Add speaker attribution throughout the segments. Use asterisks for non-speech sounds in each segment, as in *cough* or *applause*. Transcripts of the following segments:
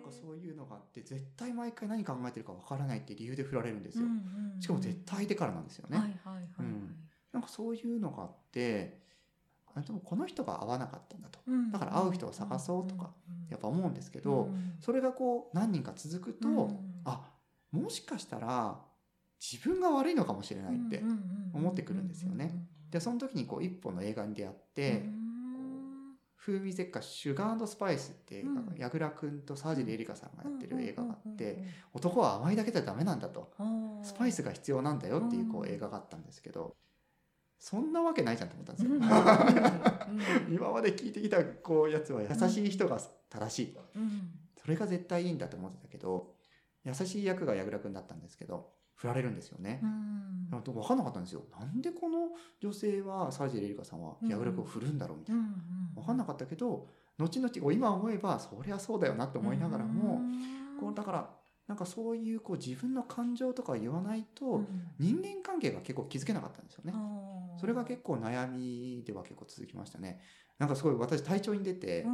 Speaker 1: かそういうのがあって絶対毎回何考えてるかわからないって理由で振られるんですよ、
Speaker 2: うんうん
Speaker 1: しかも絶対相手からなんですよね、
Speaker 2: はいはいはいはい、
Speaker 1: うんなんかそういうのがあってあでもこの人が合わなかったんだと
Speaker 2: うん
Speaker 1: だから会う人を探そうとか
Speaker 2: うんうんうん
Speaker 1: やっぱ思うんですけ
Speaker 2: う
Speaker 1: ど、
Speaker 2: ん
Speaker 1: それがこう何人か続くと、
Speaker 2: うん
Speaker 1: あもしかしたら自分が悪いのかもしれないって、
Speaker 2: うんうんうんうん
Speaker 1: 思ってくるんですよね。でその時にこう一本の映画に出会っ
Speaker 2: う
Speaker 1: て、
Speaker 2: ん
Speaker 1: 風味舌下シュガースパイスっていう映画が、
Speaker 2: うん
Speaker 1: 矢倉くんと沢尻エリカさんがやってる映画があって、
Speaker 2: うんうん
Speaker 1: 男は甘いだけじゃダメなんだと
Speaker 2: うんうん
Speaker 1: スパイスが必要なんだよっていうこ
Speaker 2: う
Speaker 1: うん映画があったんですけど、そんなわけないじゃんと思ったんです
Speaker 2: う
Speaker 1: よ。
Speaker 2: んうんうん
Speaker 1: *laughs* 今まで聞いてきたこうやつは優しい人が正しいと、
Speaker 2: うん
Speaker 1: それが絶対いいんだと思ってたけど優しい役が矢倉くんだったんですけど振られるんですよね。
Speaker 2: うん
Speaker 1: なんか分かんなかったんですよ。なんでこの女性は沢尻エリカさんは矢倉くんを振るんだろうみたいな。分かんなかったけど後々こう今思えばそりゃそうだよなと思いながらも、こうだからなんかそういうこう自分の感情とか言わないと、人間関係が結構気づけなかったんですよね。それが結構悩みでは結構続きましたね。なんかすごい私体調に出て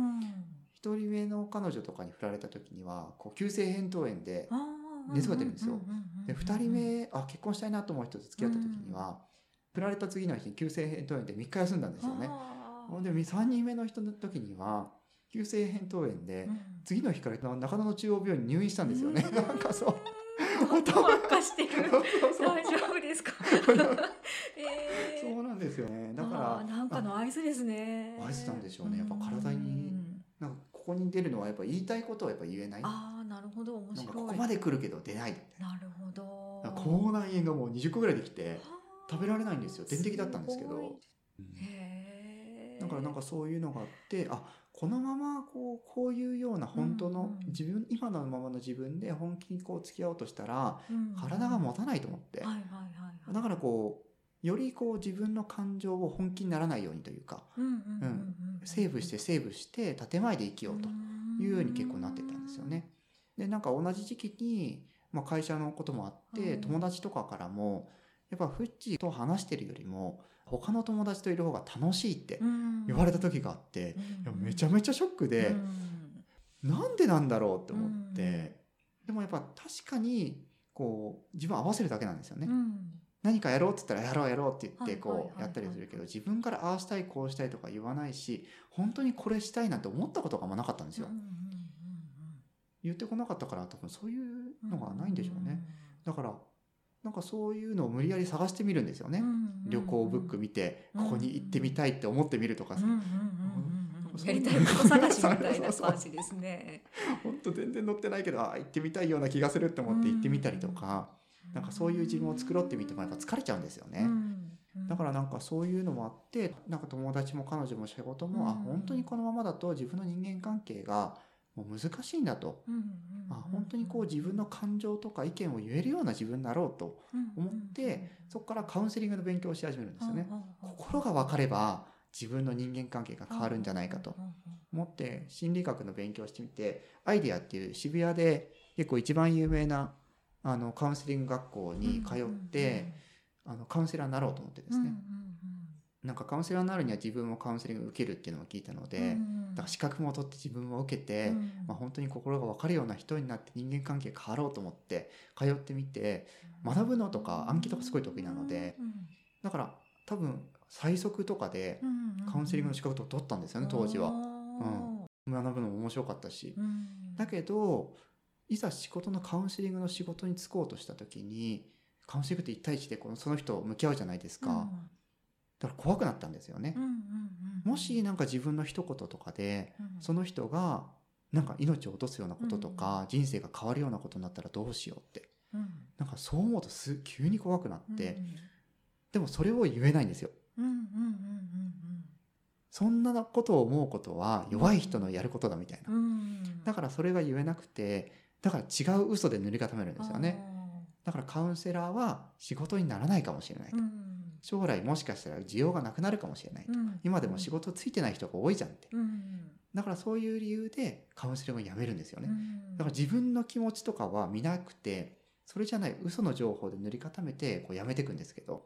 Speaker 1: 一、人目の彼女とかに振られた時にはこう急性扁桃炎で熱が出るんですよで二人目あ結婚したいなと思う人と付き合った時には、振られた次の日に急性扁桃炎で3日休んだんで
Speaker 2: です
Speaker 1: よね。ほんで3人目の人の時には急性扁桃炎で、次の日から中野の中央病院に入院したんですよね。なんかそう。
Speaker 2: 本当悪化してる
Speaker 1: そうそうそう
Speaker 2: 大丈夫です
Speaker 1: *laughs*
Speaker 2: かえー
Speaker 1: そうなんですよね。だか
Speaker 2: あー
Speaker 1: ら
Speaker 2: なんかの合図ですね
Speaker 1: 合図なんでしょうねやっぱ体に
Speaker 2: うん
Speaker 1: なんかここに出るのはやっぱ言いたいことはやっぱ言えない。な
Speaker 2: ああなるほど面白
Speaker 1: ん
Speaker 2: い
Speaker 1: かここまで来るけど出ないみたい
Speaker 2: なるほど
Speaker 1: な。なんか口内炎がもう20個ぐらいできて
Speaker 2: はあ
Speaker 1: 食べられないんですよ。点滴だったんですけ
Speaker 2: す
Speaker 1: ど
Speaker 2: ごい。へえ
Speaker 1: だからなんかそういうのがあってあこのままこうこういうような本当
Speaker 2: うん
Speaker 1: の
Speaker 2: うん
Speaker 1: 自分、今のままの自分で本気にこう付き合おうとしたら
Speaker 2: うん
Speaker 1: 体が持たないと思って、
Speaker 2: はいはいはいはい
Speaker 1: だからこうよりこう自分の感情を本気にならないようにというか
Speaker 2: うんうんうんうんうん
Speaker 1: セーブしてセーブして建前で生きようというように結構なってたんですよね。でなんか同じ時期に、まあ、会社のこともあって、
Speaker 2: うん
Speaker 1: 友達とかからもやっぱフッチーと話してるよりも他の友達といる方が楽しいって
Speaker 2: うん
Speaker 1: 言われた時があって、いやめちゃめちゃショックで、
Speaker 2: うん
Speaker 1: なんでなんだろうって思って、でもやっぱ確かにこう自分合わせるだけなんですよね。
Speaker 2: うん
Speaker 1: 何かやろうって言ったらやろうやろうって言って
Speaker 2: はいはい
Speaker 1: こ
Speaker 2: はいう
Speaker 1: やったりするけど
Speaker 2: はい
Speaker 1: 自分からああしたいこうしたいとか言わないし本当にこれしたいなんて思ったことがあんまなかったんですよ
Speaker 2: うんうんうん
Speaker 1: 言ってこなかったから多分そういう
Speaker 2: うん
Speaker 1: のがないんでしょうねだからなんかそういうのを無理やり探してみるんですよ
Speaker 2: う
Speaker 1: ね
Speaker 2: んうん
Speaker 1: 旅行ブック見て
Speaker 2: うん
Speaker 1: ここに行ってみたいって思ってみるとか
Speaker 2: うんうんうんうんうんやりたいこと探しみたいな感じですね
Speaker 1: 本当全然載ってないけどあー行ってみたいような気がするって思って行ってみたりとかなんかそういう自分を作ろうってみてもやっぱ疲れちゃうんですよね。
Speaker 2: うんうん
Speaker 1: だからなんかそういうのもあってなんか友達も彼女も仕事も、あ
Speaker 2: うん
Speaker 1: 本当にこのままだと自分の人間関係がもう難しいんだと、
Speaker 2: うんうんうん
Speaker 1: あ本当にこう自分の感情とか意見を言えるような自分になろうと思ってそこからカウンセリングの勉強をし始めるんですよね。心が分かれば自分の人間関係が変わるんじゃないかと思って心理学の勉強をしてみてアイデアっていう渋谷で結構一番有名なあのカウンセリング学校に通ってあのカウンセラーになろうと思ってで
Speaker 2: です
Speaker 1: ね。なんかカウンセラーになるには自分もカウンセリングを受けるっていうのを聞いたので、だから資格も取って自分も受けて、まあ、本当に心が分かるような人になって人間関係変わろうと思って通ってみて学ぶのとか暗記とかすごい得意なのでだから多分最速とかでカウンセリングの資格を取ったんですよね当時は。学ぶのも面白かったし。だけどいざ仕事のカウンセリングの仕事に就こうとした時にカウンセリングって1対1でこのその人を向き合うじゃないですか、だから怖くなったんですよね。もしなんか自分の一言とかでそ
Speaker 2: の
Speaker 1: の人がなんか命を落とすようなこととか人生が変わるようなことになったらどうしようってなんかそう思うとす急に怖くなってでもそれを言えないんですよそんなことを思うことは弱い人のやることだみたいなだからそれが言えなくてだから違う嘘で塗り固めるんですよねだからカウンセラーは仕事にならないかもしれないと将来もしかしたら需要がなくなるかもしれないと今でも仕事ついてない人が多いじゃんってだからそういう理由でカウンセリングをやめるんですよねだから自分の気持ちとかは見なくてそれじゃない嘘の情報で塗り固めてこうやめていくんですけど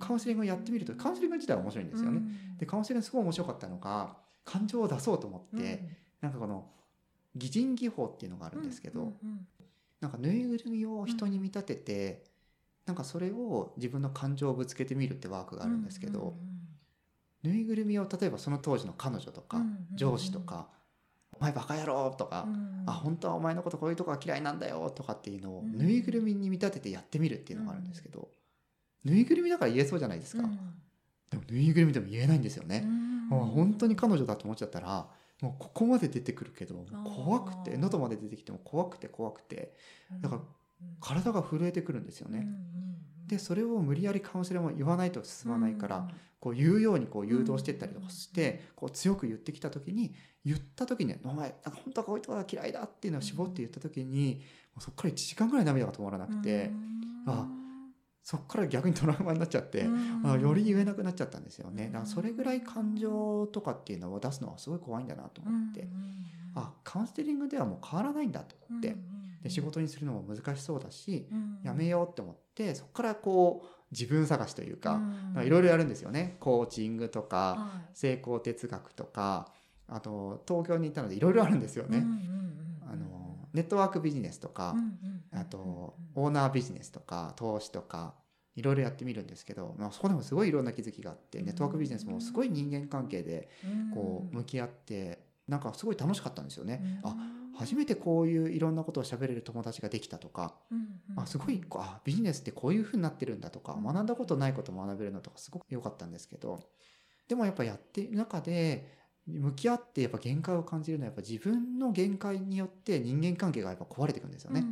Speaker 1: カウンセリングをやってみるとカウンセリング自体は面白いんですよね。でカウンセリングすごい面白かったのが感情を出そうと思って、なんかこの擬人技法っていうのがあるんですけど、
Speaker 2: うんうん
Speaker 1: なんかぬいぐるみを人に見立てて、なんかそれを自分の感情をぶつけてみるってワークがあるんですけど、ぬいぐるみを例えばその当時の彼女とか、
Speaker 2: うんうんうん
Speaker 1: 上司とか「お前バカ野郎」とか
Speaker 2: うんうん
Speaker 1: 「あ本当はお前のことこういうとこが嫌いなんだよ」とかっていうのを
Speaker 2: うん
Speaker 1: ぬいぐるみに見立ててやってみるっていうのがあるんですけど、ぬいぐるみだから言えそうじゃないですか、
Speaker 2: うん
Speaker 1: でもぬいぐるみでも言えないんですよ
Speaker 2: う
Speaker 1: ね、
Speaker 2: ん
Speaker 1: あ本当に彼女だと思っちゃったらもうここまで出てくるけどもう怖く
Speaker 2: あ
Speaker 1: て
Speaker 2: ー
Speaker 1: 喉まで出てきても怖くて怖くてだから体が震えてくるんですよ
Speaker 2: うん
Speaker 1: ね、
Speaker 2: うんうん
Speaker 1: でそれを無理やりカウンセラーも言わないと進まないから、こう言うようにこう誘導してったりとかして、こう強く言ってきた時に言った時に「お前なんか本当はこういうとこが嫌いだ」っていうのを絞って言った時に、もうそっから1時間ぐらい涙が止まらな
Speaker 2: うん
Speaker 1: くて、あそっから逆にトラウマになっちゃって、
Speaker 2: うん
Speaker 1: あより言えなくなっちゃったんですよね。
Speaker 2: うん
Speaker 1: だからそれぐらい感情とかっていうのを出すのはすごい怖いんだなと思って、
Speaker 2: うんうんうん
Speaker 1: あカウンセリングではもう変わらないんだと思って、
Speaker 2: うんうん
Speaker 1: で仕事にするのも難しそうだし、
Speaker 2: うん
Speaker 1: やめようって思ってそっからこう自分探しというか、
Speaker 2: うん
Speaker 1: まあいろいろやるんですよねコーチングとか、
Speaker 2: はい
Speaker 1: 成功哲学とかあと東京に行ったのでいろいろあるんですよ
Speaker 2: うん
Speaker 1: ね、
Speaker 2: うんうん
Speaker 1: あのネットワークビジネスとか
Speaker 2: うん、うんうん
Speaker 1: あとオーナービジネスとか投資とかいろいろやってみるんですけど、まあ、そこでもすごいいろんな気づきがあって
Speaker 2: うん
Speaker 1: ネットワークビジネスもすごい人間関係で
Speaker 2: うん
Speaker 1: こう向き合ってなんかすごい楽しかったんですよね。
Speaker 2: うん
Speaker 1: あ初めてこういういろんなことを喋れる友達ができたとか、
Speaker 2: うんうん
Speaker 1: あすごいこうあビジネスってこういう風になってるんだとか
Speaker 2: うん
Speaker 1: 学んだことないこと学べるのとかすごく良かったんですけどでもやっぱやってる中で向き合ってやっぱ限界を感じるのはやっぱ自分の限界によって人間関係がやっぱ壊れていくんですよね。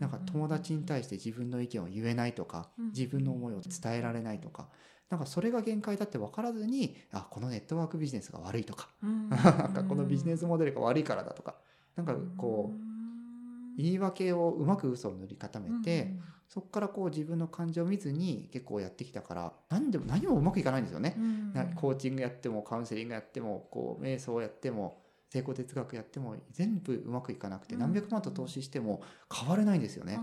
Speaker 1: なんか友達に対して自分の意見を言えないとか
Speaker 2: うん
Speaker 1: 自分の思いを伝えられないとかなんかそれが限界だって分からずにあこのネットワークビジネスが悪いとか *laughs* なんかこのビジネスモデルが悪いからだとかなんかこう
Speaker 2: い
Speaker 1: 言い訳をうまく嘘を塗り固めて、そこからこう自分の感情を見ずに結構やってきたから何でも何もうまくいかないんですよね。なコーチングやってもカウンセリングやってもこう瞑想やっても成功哲学やっても全部うまくいかなくて
Speaker 2: うん
Speaker 1: 何百万と投資しても変われないんですよね。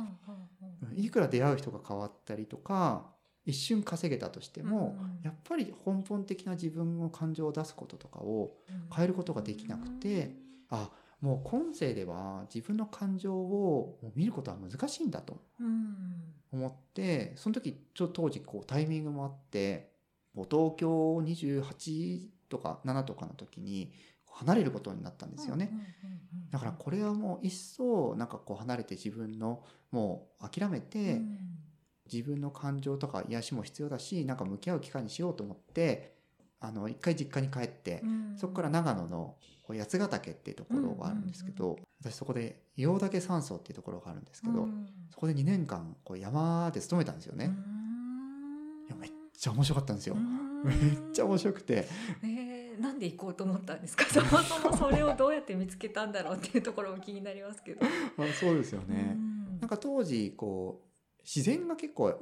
Speaker 1: いくら出会う人が変わったりとか一瞬稼げたとしてもやっぱり根本的な自分の感情を出すこととかを変えることができなくてあもう今世では自分の感情をもう見ることは難しいんだと思ってその時ちょ当時こうタイミングもあってもう東京28とか7とかの時に離れることになったんですよね。だからこれはもう一層なんかこう離れて自分のもう諦めて、自分の感情とか癒しも必要だしなんか向き合う機会にしようと思ってあの一回実家に帰って、そこから長野のこう八ヶ岳っていうところがあるんですけど、私そこで硫黄岳山荘っていうところがあるんですけど、そこで2年間こう山で勤めたんですよね。めっやめちゃ面白かったんですよ。めっちゃ面白くて
Speaker 2: えー、なんで行こうと思ったんですか *laughs* そもそもそれをどうやって見つけたんだろうっていうところも気になりますけど。
Speaker 1: まあそうですよ
Speaker 2: う
Speaker 1: ね。
Speaker 2: ん
Speaker 1: なんか当時こう自然が結構
Speaker 2: うんうん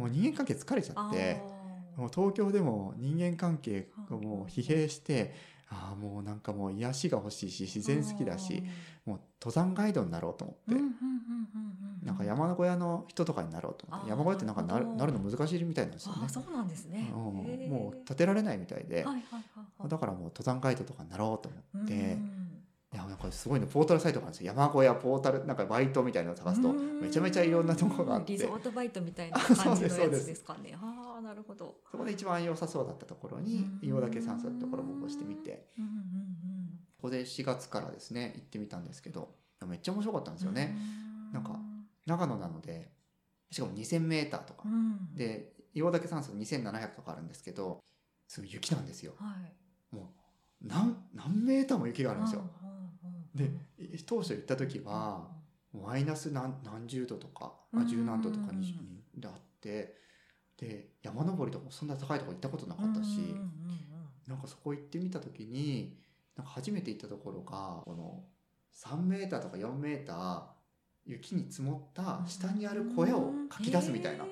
Speaker 1: も
Speaker 2: うん
Speaker 1: う人間関係疲れちゃって
Speaker 2: あー
Speaker 1: もう東京でも人間関係がもう疲弊してああもうなんかもう癒しが欲しいし自然好きだしもう登山ガイドになろうと思
Speaker 2: うんうん
Speaker 1: って。
Speaker 2: うんうん
Speaker 1: なんか山小屋の人とかになろうと思って
Speaker 2: あー
Speaker 1: 山小屋ってなんかな
Speaker 2: なる
Speaker 1: る
Speaker 2: ほ
Speaker 1: な
Speaker 2: ど
Speaker 1: るの難しいみたいなんですよ
Speaker 2: あ
Speaker 1: ね
Speaker 2: あ、そうなんですね。
Speaker 1: う
Speaker 2: へー
Speaker 1: ん、もう建てられないみたいで
Speaker 2: はいはいはいはい
Speaker 1: だからもう登山ガイドとかになろうと思っ
Speaker 2: うん
Speaker 1: ていやなんかすごいのポータルサイトがあるんですよ山小屋ポータルなんかバイトみたいなのを探す
Speaker 2: う
Speaker 1: と
Speaker 2: ん
Speaker 1: めちゃめちゃいろんなとこがあって
Speaker 2: リゾートバイトみたいな
Speaker 1: あ
Speaker 2: 感
Speaker 1: そう
Speaker 2: じの
Speaker 1: で
Speaker 2: やつ
Speaker 1: すそうです
Speaker 2: ですかね。ああ、なるほど。
Speaker 1: そこで一番良さそうだったところに
Speaker 2: うん
Speaker 1: 硫黄岳山荘ってところを応募してみて
Speaker 2: うんうん
Speaker 1: ここで4月からですね行ってみたんですけどめっちゃ面白かった
Speaker 2: う
Speaker 1: ん
Speaker 2: ん。
Speaker 1: ですよね。なんか長野なのでしかも 2000m とか
Speaker 2: うん。うん、
Speaker 1: で硫黄岳山荘2700とかあるんですけどすごい雪なんですよ
Speaker 2: はい。
Speaker 1: 何何メーターも雪があるんですよ。
Speaker 2: うんうん
Speaker 1: で
Speaker 2: うん
Speaker 1: い当初行った時はマイナス何何十度とか、まあ、
Speaker 2: うん
Speaker 1: 十何度とか
Speaker 2: うん
Speaker 1: にであってで山登りとかもそんな高いとこ行ったことなかったし、
Speaker 2: うんうんうん
Speaker 1: なんかそこ行ってみた時になんか初めて行ったところがこの3メーターとか4メーター雪に積もった
Speaker 2: うん
Speaker 1: 下にある小屋をかき出すみたいな
Speaker 2: へ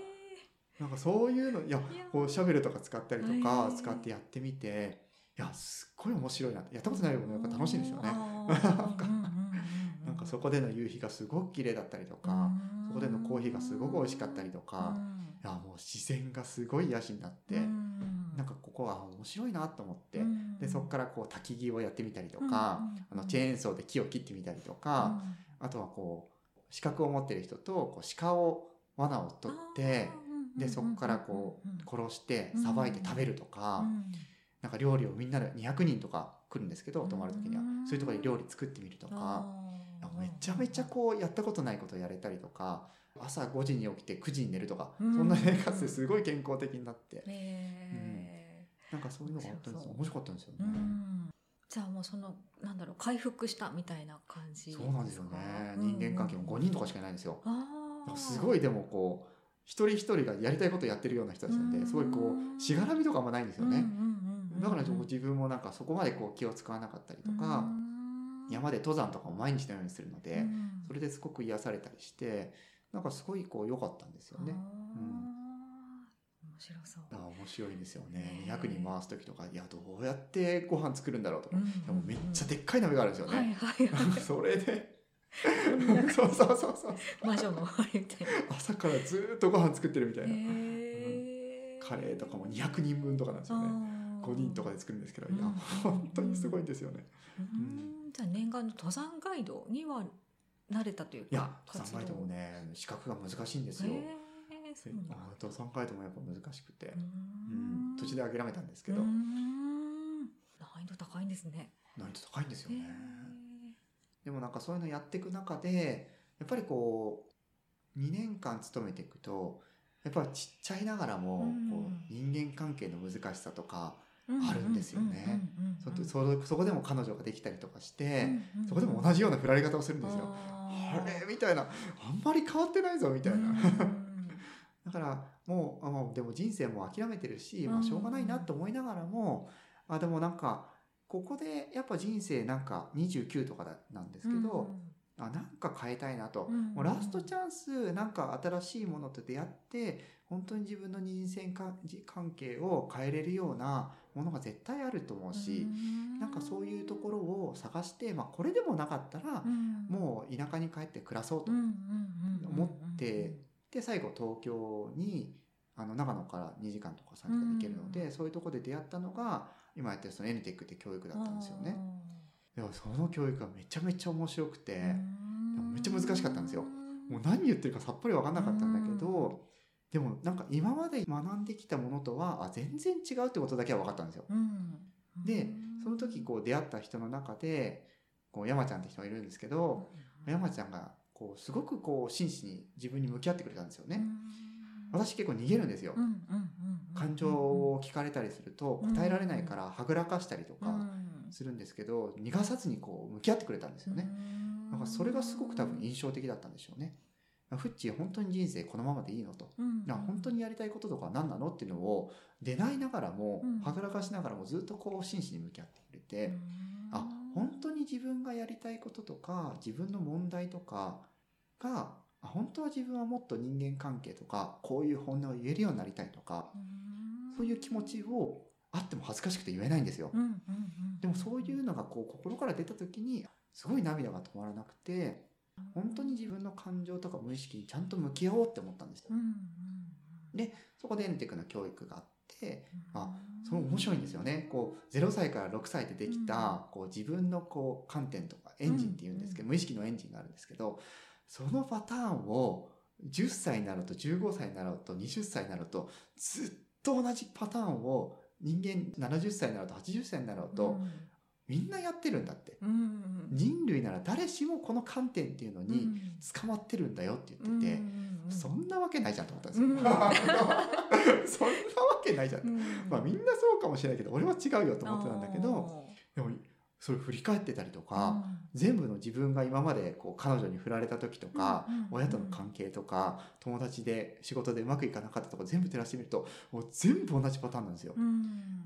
Speaker 2: ー
Speaker 1: なんかそういうのいや
Speaker 2: いや
Speaker 1: こうシャベルとか使ったりとか
Speaker 2: へー
Speaker 1: 使ってやってみていやすっごい面白いなやったことないよりもやっぱ楽しいんですよね
Speaker 2: あ。ー
Speaker 1: *laughs* なんか
Speaker 2: うんうんうん
Speaker 1: なんかそこでの夕日がすごく綺麗だったりとか、
Speaker 2: うん
Speaker 1: そこでのコーヒーがすごく美味しかったりとか
Speaker 2: うん
Speaker 1: いやもう自然がすごい癒しになって、
Speaker 2: うん
Speaker 1: なんかここは面白いなと思って、
Speaker 2: うん
Speaker 1: でそこからこう焚き木をやってみたりとか、あのチェーンソーで木を切ってみたりとか、あとはこう資格を持ってる人とこう鹿を罠を取ってでそこからこう殺して
Speaker 2: うん
Speaker 1: さばいて食べるとか、なんか料理をみんなで200人とか来るんですけど泊まる時には、
Speaker 2: うん
Speaker 1: そういうところで料理作ってみるとか、めちゃめちゃこうやったことないことをやれたりとか朝5時に起きて9時に寝るとか、
Speaker 2: うん
Speaker 1: そんな生活ですごい健康的になって、
Speaker 2: うんへ
Speaker 1: なんかそういうのが本当に
Speaker 2: そう
Speaker 1: 面白かったんですよね
Speaker 2: ー、うんじゃあもうそのなんだろう回復したみたいな感じ
Speaker 1: そうなんですよね
Speaker 2: か
Speaker 1: 人間関係も5人とかしかいないんですよ、
Speaker 2: あー
Speaker 1: すごいでもこう一人一人がやりたいことをやってるような人たちなん
Speaker 2: う
Speaker 1: で
Speaker 2: ん
Speaker 1: すごいこうしがらみとかあんまないんですよ
Speaker 2: う
Speaker 1: ね
Speaker 2: ん、うんうんうん
Speaker 1: だから自分もなんかそこまでこう気を使わなかったりと
Speaker 2: う
Speaker 1: か、
Speaker 2: ん
Speaker 1: 山で登山とかも毎日のようにするので、
Speaker 2: うん
Speaker 1: それですごく癒されたりしてなんかすごいこう良かったんですよね
Speaker 2: あー。
Speaker 1: うん
Speaker 2: 面白そう
Speaker 1: あー面白いですよね
Speaker 2: へー
Speaker 1: 200人回す時とかいやどうやってご飯作るんだろうとか、
Speaker 2: うんうん
Speaker 1: でもめっちゃでっかい鍋があるんですよ
Speaker 2: はい
Speaker 1: ね、
Speaker 2: はいは
Speaker 1: *laughs* そ
Speaker 2: *laughs*
Speaker 1: れで
Speaker 2: い
Speaker 1: そうそうそうそう
Speaker 2: 魔女のあれみたいな
Speaker 1: 朝からずーっとご飯作ってるみたいな、
Speaker 2: へー
Speaker 1: カレーとかも200人分とかなんですよね
Speaker 2: あー
Speaker 1: 5人とかで作るんですけど、いや
Speaker 2: うん
Speaker 1: 本当にすごいんですよね。
Speaker 2: うんじゃあ念願の登山ガイドには慣れたというか
Speaker 1: いや登山ガイドもね資格が難しいんです
Speaker 2: 活
Speaker 1: よ
Speaker 2: 動。へーそうなんだ
Speaker 1: あー登山ガイドもやっぱ難しくて、う
Speaker 2: うん
Speaker 1: ん、途中で諦めたんですけど、
Speaker 2: うー
Speaker 1: 難
Speaker 2: ん難易度高いんですね。
Speaker 1: 易度高いんですよ
Speaker 2: へ
Speaker 1: ね。でもなんかそういうのやっていく中でやっぱりこう2年間勤めていくとやっぱりちっちゃいながらも、
Speaker 2: うん
Speaker 1: こう人間関係の難しさとか、
Speaker 2: ー
Speaker 1: あるんですよね。
Speaker 2: うんうんうんうん
Speaker 1: そそそこでも彼女ができたりとかして、
Speaker 2: うんうん
Speaker 1: そこでも同じような振られ方をするんですよ。
Speaker 2: あ
Speaker 1: あ
Speaker 2: ー
Speaker 1: れみたいなあんまり変わってないぞみたいな、
Speaker 2: うん
Speaker 1: だからもうあもうでも人生も諦めてるし、
Speaker 2: う
Speaker 1: まあ、
Speaker 2: ん
Speaker 1: しょうがないなと思いながらも、あでもなんかここでやっぱ人生なんか29とかだなんですけど、あなんか変えたいなと、
Speaker 2: うん
Speaker 1: もうラストチャンスなんか新しいものと出会って本当に自分の人生かじ関係を変えれるようなものが絶対あると思うし、なんかそういうところを探して、まあ、これでもなかったら、
Speaker 2: う
Speaker 1: もう田舎に帰って暮らそうと
Speaker 2: んうんうんうんうん
Speaker 1: 思ってで最後東京にあの長野から2時間とか3時間で行けるので、そういうとこで出会ったのが今やってるそのエヌテックって教育だったんですよね。でもその教育がめちゃめちゃ面白くて、
Speaker 2: あー
Speaker 1: でもめっちゃ難しかったんですよもう
Speaker 2: う
Speaker 1: 何言ってるかさっぱり分かんなかったんだけど、でもなんか今まで学んできたものとはあ全然違うってことだけは分かったんですよ。
Speaker 2: ん
Speaker 1: でその時こう出会った人の中でこう山ちゃんって人がいるんですけど、山ちゃんがこうすごくこう真摯に自分に向き合ってくれたんですよね。私結構逃げるんですよ、
Speaker 2: うんうんうんうん
Speaker 1: 感情を聞かれたりすると
Speaker 2: うん
Speaker 1: 答えられないからはぐらかしたりと
Speaker 2: う
Speaker 1: か
Speaker 2: ん
Speaker 1: するんですけど、逃がさずにこう向き合ってくれたんですよね、なんかそれがすごく多分印象的だったんでしょうねフッチー本当に人生このままでいいのと
Speaker 2: うん
Speaker 1: なんか本当にやりたいこととか何なのっていうのを出ないながらも
Speaker 2: うん
Speaker 1: はぐらかしながらもずっとこう真摯に向き合ってくれて、
Speaker 2: うん
Speaker 1: あ本当に自分がやりたいこととか自分の問題とかがあ本当は自分はもっと人間関係とかこういう本音を言えるようになりたいとか
Speaker 2: うん
Speaker 1: そういう気持ちをあっても恥ずかしくて言えないんですよ
Speaker 2: うんうんうん
Speaker 1: でもそういうのがこう心から出た時にすごい涙が止まらなくて本当に自分の感情とか無意識にちゃんと向き合おうって思ったんですよ
Speaker 2: うんうんうん
Speaker 1: そこでエンテクの教育があってあ
Speaker 2: うん
Speaker 1: それ面白いんですよねこう0歳から6歳でできたこう自分のこう観点とかエンジンっていうんですけど無意識のエンジンがあるんですけどそのパターンを10歳になろうと15歳になろうと20歳になろうとずっと同じパターンを人間70歳になろうと80歳になろうとみんなやってるんだって
Speaker 2: うんうんうん
Speaker 1: 人類なら誰しもこの観点っていうの
Speaker 2: う
Speaker 1: に
Speaker 2: ん
Speaker 1: 捕まってるんだよって
Speaker 2: う
Speaker 1: 言
Speaker 2: ん
Speaker 1: っ
Speaker 2: うん
Speaker 1: てて
Speaker 2: うん
Speaker 1: そんなわけないじゃんと思ったんです
Speaker 2: う
Speaker 1: よ *laughs*
Speaker 2: ん
Speaker 1: そんなわけないじゃん
Speaker 2: うん
Speaker 1: まあ、みんなそうかもしれないけど俺は違うよと思ってたんだけどでもそれ振り返ってたりと
Speaker 2: あー
Speaker 1: か、全部の自分が今までこう彼女に振られた時とか、
Speaker 2: うんうんうん
Speaker 1: 親との関係とか友達で仕事でうまくいかなかったとか全部照らしてみるともう全部同じパターンなんですよ。
Speaker 2: うん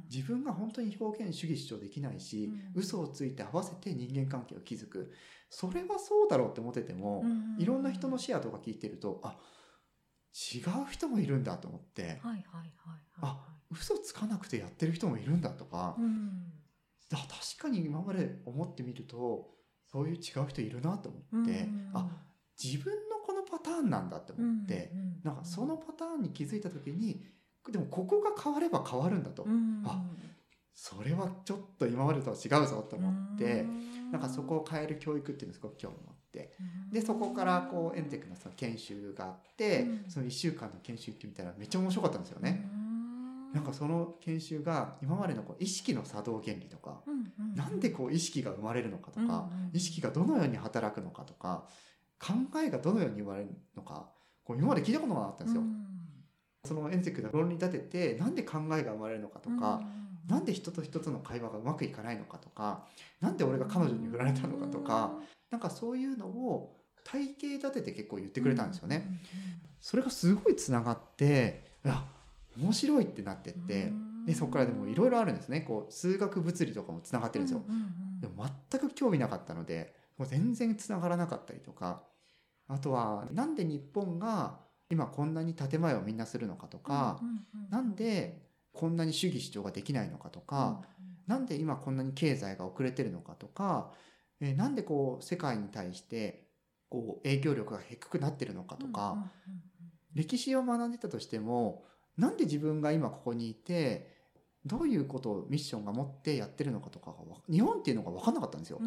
Speaker 1: 自分が本当に表現主義主張できないし、
Speaker 2: うん
Speaker 1: 嘘をついて合わせて人間関係を築くそれはそうだろうって思ってても、
Speaker 2: うん
Speaker 1: いろんな人のシェアとか聞いてるとあ違う人もいるんだと思って、
Speaker 2: はいはいはいはい
Speaker 1: あ嘘つかなくてやってる人もいるんだとか、
Speaker 2: うん
Speaker 1: だ確かに今まで思ってみるとそういう違う人いるなと思って、
Speaker 2: うん
Speaker 1: あ自分のこのパターンなんだって思って、
Speaker 2: うんうん
Speaker 1: なんかそのパターンに気づいた時にでもここが変われば変わるんだと、
Speaker 2: うん
Speaker 1: あそれはちょっと今までとは違うぞと思って、なんかそこを変える教育っていうのをすごく興味持ってでそこからこうエンテックのその研修があって、
Speaker 2: うん
Speaker 1: その1週間の研修行ってみたらめっちゃ面白かったんですよ
Speaker 2: う
Speaker 1: ね。
Speaker 2: ん
Speaker 1: なんかその研修が今までのこう意識の作動原理とか、
Speaker 2: うんうん
Speaker 1: なんでこう意識が生まれるのかとか、
Speaker 2: うんうん
Speaker 1: 意識がどのように働くのかとか考えがどのように生まれるのかこう今まで聞いたことがなかったんですよ。そのエンセクの論理立ててなんで考えが生まれるのかとか、なんで人と人との会話がうまくいかないのかとかなんで俺が彼女に振られたのかとか、なんかそういうのを体系立てて結構言って
Speaker 2: て
Speaker 1: くれたんですよね。それがすごいつながっていや面白いってなってってでそこからでもいろいろあるんですねこう数学物理とかもつながってるんですよ。でも全く興味なかったのでもう全然つながらなかったりとかあとはなんで日本が今こんなに建前をみんなするのかとか、なんでこんなに主義主張ができないのかとか、なんで今こんなに経済が遅れてるのかとか、えーなんでこう世界に対してこう影響力が低くなってるのかとか、歴史を学んでたとしてもなんで自分が今ここにいてどういうことをミッションが持ってやってるのかとかがわ日本っていうのが分かんなかったんですよ。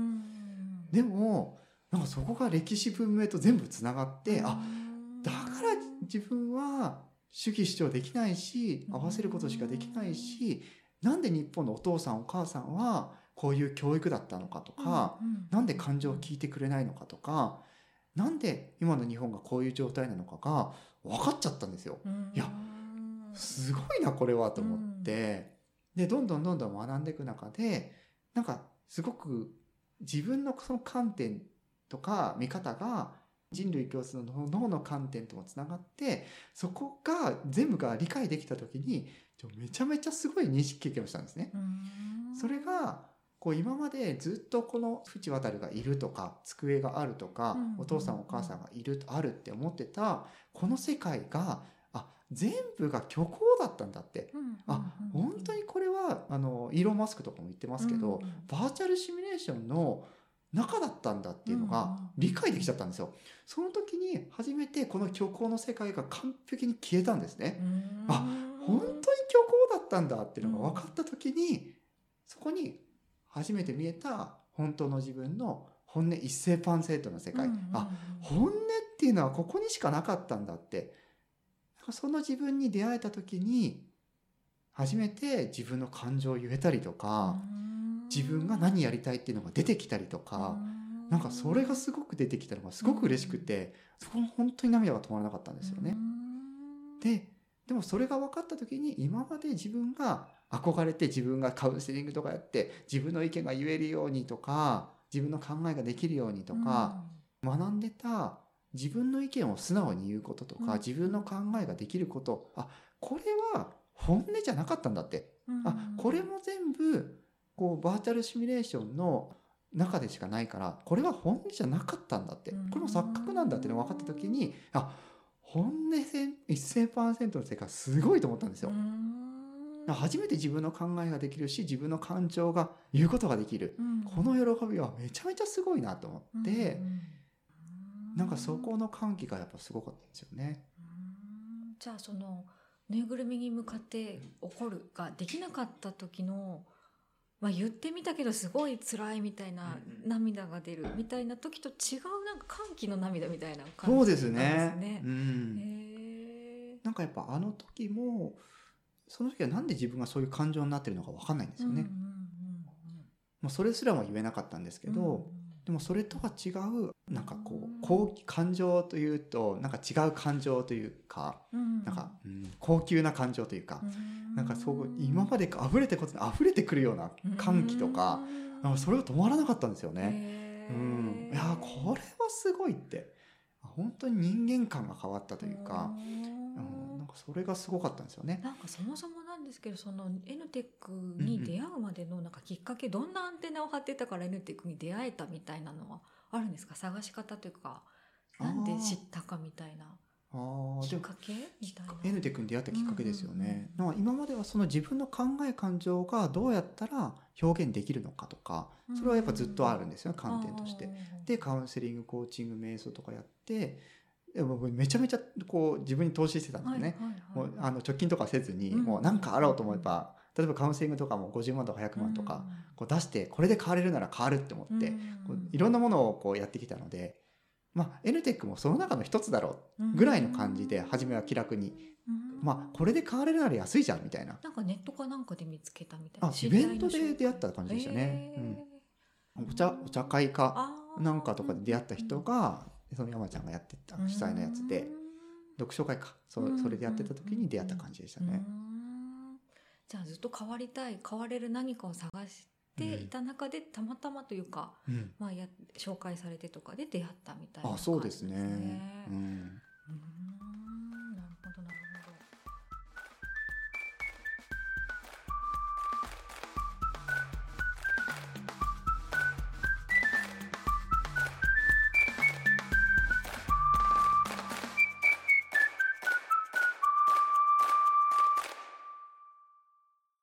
Speaker 1: でもなんかそこが歴史文明と全部つながって、あだから自分は主義主張できないし合わせることしかできないし、なんで日本のお父さんお母さんはこういう教育だったのかとか、なんで感情を聞いてくれないのかとかなんで今の日本がこういう状態なのかが分かっちゃったんですよ。いやすごいなこれはと思って、でどんどんどんどん学んでいく中でなんかすごく自分のその観点とか見方が人類共通の脳の観点ともつながってそこが全部が理解できた時にめちゃめちゃすごい認識経験をしたんですね。それがこう今までずっとこの淵渡がいるとか机があるとか、
Speaker 2: うん
Speaker 1: お父さんお母さんがいるあるって思ってたこの世界があ全部が虚構だったんだって、あ本当にこれはあのイーロン・マスクとかも言ってますけど、
Speaker 2: うんうん
Speaker 1: バーチャルシミュレーションの中だったんだっていうの
Speaker 2: うんう
Speaker 1: が
Speaker 2: ん
Speaker 1: 理解できちゃったんですよ。その時に初めてこの虚構の世界が完璧に消えたんですね。あ本当に虚構だったんだっていうのが分かった時に、そこに初めて見えた本当の自分の本音一斉パンセートの世界、あ本音っていうのはここにしかなかったんだってなんかその自分に出会えた時に初めて自分の感情を言えたりとか、自分が何やりたいっていうのが出てきたりとか、なんかそれがすごく出てきたのがすごく嬉しくて、そこも本当に涙が止まらなかったんですよね。ででもそれが分かった時に今まで自分が憧れて自分がカウンセリングとかやって自分の意見が言えるようにとか自分の考えができるようにとか、学んでた自分の意見を素直に言うこととか、
Speaker 2: うん
Speaker 1: 自分の考えができることあこれは本音じゃなかったんだってあこれも全部こうバーチャルシミュレーションの中でしかないからこれは本音じゃなかったんだって
Speaker 2: うん
Speaker 1: これも錯覚なんだっていうのが分かった時にあ本音せん1000%の世界すごいと思ったんですよ。初めて自分の考えができるし自分の感情が言うことができるこの喜びはめちゃめちゃすごいなと思ってなんかそこの歓喜がやっぱすごかったんですよね。
Speaker 2: うーんじゃあそのぬいぐるみに向かって怒るができなかった時の、まあ、言ってみたけどすごい辛いみたいな
Speaker 1: うんうん
Speaker 2: 涙が出るみたいな時と違うなんか歓喜の涙みたいな感じ
Speaker 1: そうです
Speaker 2: な
Speaker 1: ね
Speaker 2: んですね。
Speaker 1: うん
Speaker 2: へー
Speaker 1: なんかやっぱあの時もその時はなんで自分がそういう感情になってるのか分かんないんですよね。
Speaker 2: うんうん
Speaker 1: まあ、それすらも言えなかったんですけ
Speaker 2: うんうん
Speaker 1: ど、でもそれとは違うなんかこう高感情というとなんか違う感情というか
Speaker 2: うんうん
Speaker 1: なんか、うん、高級な感情というか、なんかそう今ま
Speaker 2: で
Speaker 1: で溢れてこず溢れてくるような歓喜とか、なんかそれが止まらなかったんですよね。
Speaker 2: ね
Speaker 1: うん、いやーこれはすごいって本当に人間観が変わったというか、うん、なんかそれがすごかったんですよね。
Speaker 2: なんかそもそもなんですけどその N テックに出会うまでのなんかきっかけ、どんなアンテナを張ってたから N テックに出会えたみたいなのはあるんですか探し方というかなんで知ったかみたいな
Speaker 1: あー
Speaker 2: き
Speaker 1: で
Speaker 2: っ
Speaker 1: も
Speaker 2: かけみたいな。
Speaker 1: エヌテ君に出会ったきっかけですよね。
Speaker 2: うん
Speaker 1: なんか今まではその自分の考え感情がどうやったら表現できるのかとかそれはやっぱずっとあるんですよね観点として。
Speaker 2: あー
Speaker 1: でカウンセリングコーチング瞑想とかやってでも僕めちゃめちゃこう自分に投資してたんですよね。もうあの貯金とかせずに、
Speaker 2: うん
Speaker 1: もうなんかあろうと思えば、例えばカウンセリングとかも50万とか100万とか、こう出してこれで変われるなら変わるって思
Speaker 2: う
Speaker 1: っ
Speaker 2: ん、
Speaker 1: て、こういろんなものをこうやってきたので、まあ、エヌテックもその中の一つだろうぐらいの感じで初めは気楽に、
Speaker 2: うん
Speaker 1: まあ、これで変われるなら安いじゃんみたいな
Speaker 2: なんかネットかなんかで見つけたみたい
Speaker 1: あ
Speaker 2: な。
Speaker 1: イベントで出会った感じでしたね
Speaker 2: へー
Speaker 1: うんお茶お茶会か
Speaker 2: あー
Speaker 1: なんかとかで出会った人が、その山ちゃんがやってた主催のやつで、読書会かそ
Speaker 2: うん
Speaker 1: それでやってた時に出会った感じでした
Speaker 2: うんう
Speaker 1: ね。
Speaker 2: んじゃあずっと変わりたい変われる何かを探していた中で、たまたまというか、
Speaker 1: うん
Speaker 2: まあ、や紹介されてとかで出会ったみたいな
Speaker 1: あ
Speaker 2: 感じ
Speaker 1: そうですね、う
Speaker 2: ね
Speaker 1: ん、